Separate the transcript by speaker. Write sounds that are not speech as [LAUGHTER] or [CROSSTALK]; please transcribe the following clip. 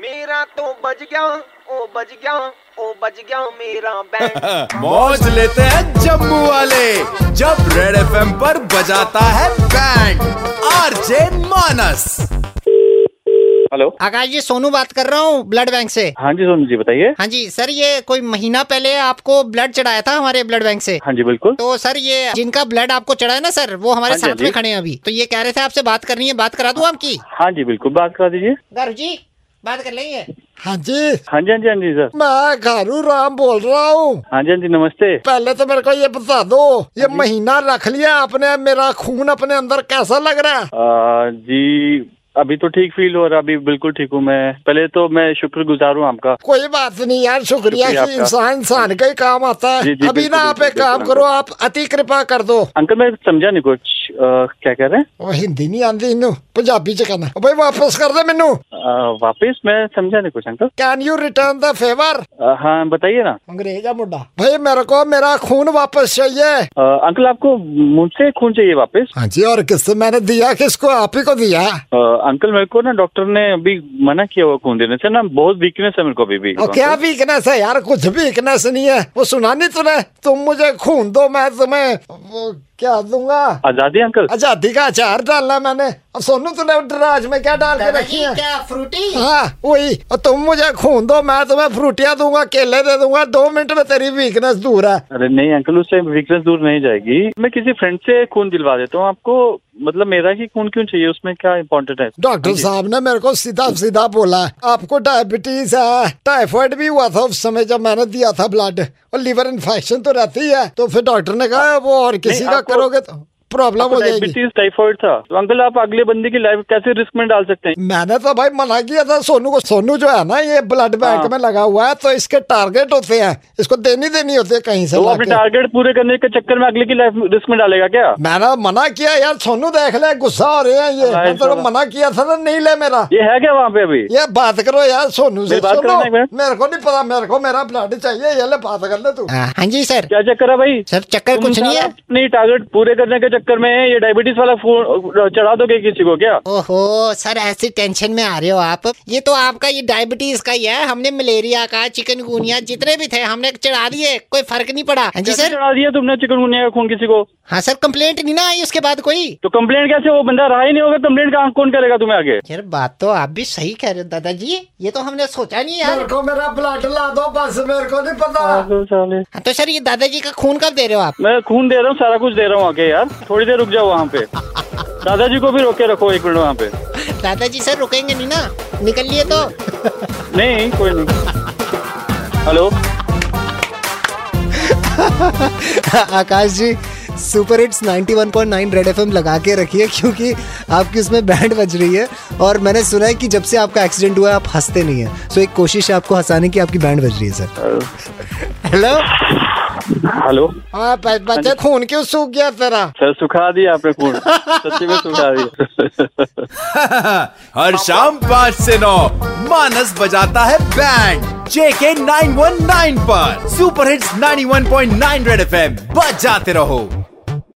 Speaker 1: मेरा तो बज गया ओ बज गया ओ बज गया मेरा बैंड
Speaker 2: मौज लेते हैं जम्मू वाले जब रेड एफएम पर बजाता है band RJ Manas
Speaker 3: hello
Speaker 4: Akash ji Sonu बात कर रहा हूँ ब्लड बैंक से
Speaker 3: हाँ जी सोनू जी बताइए
Speaker 4: हाँ जी सर ये कोई महीना पहले आपको ब्लड चढ़ाया था हमारे ब्लड बैंक से
Speaker 3: हाँ जी बिल्कुल
Speaker 4: तो सर ये जिनका ब्लड आपको चढ़ा है ना सर वो हमारे
Speaker 3: हाँ जी, हाँ
Speaker 4: साथ
Speaker 3: जी।
Speaker 4: में खड़े हैं अभी तो ये कह रहे थे आपसे बात करनी है बात करा दूं आपकी
Speaker 3: हाँ जी बिल्कुल बात करा दीजिए
Speaker 4: गर्व जी बात कर लेंगे
Speaker 5: हाँ जी
Speaker 3: हाँ जी हाँ जी हाँ जी सर
Speaker 5: मैं घारू राम बोल रहा हूँ
Speaker 3: हाँ जी हाँ जी नमस्ते हाँ
Speaker 5: पहले तो मेरे को ये बता दो ये महीना रख लिया आपने मेरा खून अपने अंदर कैसा लग रहा है
Speaker 3: आ, जी अभी तो ठीक फील हो रहा अभी बिल्कुल ठीक हूँ मैं पहले तो मैं शुक्रगुजार हूँ आपका
Speaker 5: कोई बात नहीं यार शुक्रिया
Speaker 3: शुक्रिया
Speaker 5: कि
Speaker 3: तो आपका।
Speaker 5: इंसान इंसान का ही काम आता
Speaker 3: जी,
Speaker 5: है
Speaker 3: जी,
Speaker 5: अभी
Speaker 3: बिल्कुल,
Speaker 5: ना आप एक
Speaker 3: बिल्कुल,
Speaker 5: काम
Speaker 3: बिल्कुल।
Speaker 5: करो आप अति कृपा कर दो
Speaker 3: अंकल मैं समझा नहीं कुछ आ, क्या कह रहे हैं
Speaker 5: ਉਹ ਹਿੰਦੀ ਨਹੀਂ ਆਂਦੀ ਇਹਨੂੰ ਪੰਜਾਬੀ ਚ ਕਹਿਣਾ ਓ ਬਈ ਵਾਪਸ ਕਰ ਦੇ ਮੈਨੂੰ
Speaker 3: आ, वापस मैं समझा नहीं कुछ uncle
Speaker 5: can you return the favour
Speaker 3: आ, हाँ बताइए ना
Speaker 5: ਅੰਗਰੇਜ਼ ਆ ਮੁੰਡਾ ਭਈ ਮੇਰੇ ਕੋ ਮੇਰਾ ਖੂਨ ਵਾਪਸ ਚਾਹੀਏ
Speaker 3: आ, अंकल आपको मुझसे खून चाहिए वापस
Speaker 5: ਹਾਂਜੀ ਔਰ ਕਿਸ ਤੋਂ ਮੈਨੇ ਦਿਆ ਕਿਸ ਕੋ ਆਪ ਹੀ ਕੋ ਦਿਆ
Speaker 3: आ, अंकल मेरे को ना डॉक्टर ने अभी मना किया हुआ खून देने से ना बहुत वीकनेस है मेरे को अभी भी
Speaker 5: ਉਹ ਕਿਆ ਵੀਕਨੈਸ ਹੈ ਯਾਰ ਕੁਝ ਵੀਕਨੈਸ ਨਹੀਂ ਹੈ ਉਹ ਸੁਣਾ ਨਹੀਂ ਤੁਨੇ ਤੁਮ ਮੁਝੇ ਖੂਨ ਦੋ ਮੈਂ ਤੁਮੇ ਕਿਆ ਦੂੰਗਾ
Speaker 3: आजादी अंकल
Speaker 5: ਆਜ਼ਾਦੀ ਦਾ ਅਚਾਰ ਡਾਲਣਾ ਮੈਨੇ ਅਬ ਸੋਨੂੰ ਤੁਨੇ ਡਰਾਜ ਮੈਂ ਕਿਆ ਡਾਲ ਕੇ
Speaker 4: दादाजी
Speaker 5: ਰੱਖੀ ਹੈ
Speaker 4: क्या फ्रूटी
Speaker 5: हाँ वही और तुम मुझे खून दो मैं तुम्हें फ्रूटिया दूंगा केले दे दूंगा दो मिनट में तेरी वीकनेस दूर है
Speaker 3: अरे नहीं अंकल उससे वीकनेस दूर नहीं जाएगी मैं किसी फ्रेंड से खून दिलवा देता हूँ आपको मतलब मेरा ही खून क्यों चाहिए उसमें क्या इम्पोर्टेंट है हाँ
Speaker 5: डॉक्टर साहब ने मेरे को सीधा सीधा बोला आपको डायबिटीज है टाइफाइड भी हुआ था उस समय जब मैंने दिया था ब्लड और लीवर इन्फेक्शन तो रहती है तो फिर डॉक्टर ने कहा वो और किसी
Speaker 3: नहीं,
Speaker 5: का
Speaker 3: आपको-
Speaker 5: करोगे तो प्रॉब्लम हो जाएगी
Speaker 3: डायबिटीज टाइफॉइड था तो अंकल आप अगले बंदे की लाइफ कैसे रिस्क में डाल सकते हैं
Speaker 5: मैंने तो भाई मना किया था सोनू को सोनू जो है ना ये ब्लड बैंक
Speaker 3: हाँ।
Speaker 5: में लगा हुआ है तो इसके टारगेट होते हैं इसको देनी देनी होती है कहीं से
Speaker 3: तो
Speaker 4: हाँ,
Speaker 3: वो अपने
Speaker 5: लाके।
Speaker 3: टारगेट पूरे करने के चक्कर में अगले की लाइफ रिस्क में डालेगा क्या
Speaker 5: मैंने मना किया यार सोनू देख ले गुस्सा हो रहे हैं ये
Speaker 3: अल्लाह
Speaker 5: मैं तो
Speaker 3: इंशाल्लाह।
Speaker 5: मना किया था ना नहीं ले मेरा
Speaker 3: ये है क्या वहाँ पे अभी
Speaker 5: ये बात करो यार सोनू से
Speaker 3: मेरी बात
Speaker 5: सुनो
Speaker 3: करना एक मिनट।
Speaker 5: मेरे को नहीं पता मेरे को मेरा ब्लड चाहिए ये ले बात कर ले तू
Speaker 4: हाँ हाँ जी सर
Speaker 3: क्या चक्कर है भाई
Speaker 4: सर चक्कर
Speaker 3: तुम
Speaker 4: कुछ नहीं है
Speaker 3: सारा अपनी टारगेट पूरे करने के चक्कर में ये डायबिटीज वाला खून चढ़ा दोगे किसी को क्या
Speaker 4: ओहो सर ऐसी टेंशन में आ रहे हो आप ये तो आपका ये डायबिटीज का ही है हमने मलेरिया का चिकनगुनिया जितने भी थे हमने चढ़ा दिए कोई फर्क नहीं पड़ा हाँ जी
Speaker 3: कैसे
Speaker 4: सर
Speaker 3: चढ़ा दिया तुमने चिकनगुनिया का खून किसी को
Speaker 4: हाँ सर कंप्लेंट नहीं ना आई उसके बाद कोई
Speaker 3: तो कंप्लेंट कैसे वो बंदा रहा ही नहीं होगा कंप्लेंट कहाँ कौन करेगा तुम्हें आगे
Speaker 4: यार बात तो आप भी सही कह रहे हो दादाजी ये तो हमने सोचा नहीं यार
Speaker 5: मेरे को मेरा ब्लड ला दो बस मेरे को नहीं पता
Speaker 3: पागल साले
Speaker 4: हाँ, तो सर ये दादाजी का खून कब दे रहे हो आप
Speaker 3: मैं खून दे रहा हूँ सारा कुछ दे रहा हूँ आके यार थोड़ी देर रुक जाओ वहाँ पे दादाजी को भी रोक के रखो एक मिनट वहाँ पे
Speaker 4: दादाजी सर रुकेंगे नहीं ना निकल लिए तो
Speaker 3: नहीं कोई नहीं hello
Speaker 6: [LAUGHS] Akash ji super hits 91.9 Red FM लगा के रखिए क्योंकि आपकी उसमें बैंड बज रही है और मैंने सुना है कि जब से आपका एक्सीडेंट हुआ है आप हंसते नहीं है सो एक कोशिश है आपको हंसाने की आपकी बैंड बज रही है सर
Speaker 5: हेलो
Speaker 3: हेलो
Speaker 5: हाँ ब- बच्चे खून क्यों सूख गया तेरा
Speaker 3: सर सुखा दिया आपने खून सच्ची में सुखा दिया [LAUGHS]
Speaker 2: [LAUGHS] हर शाम पाँच से नौ मानस बजाता है बैंड जेके 919 पर सुपर हिट्स 91.9 रेड एफएम बजाते रहो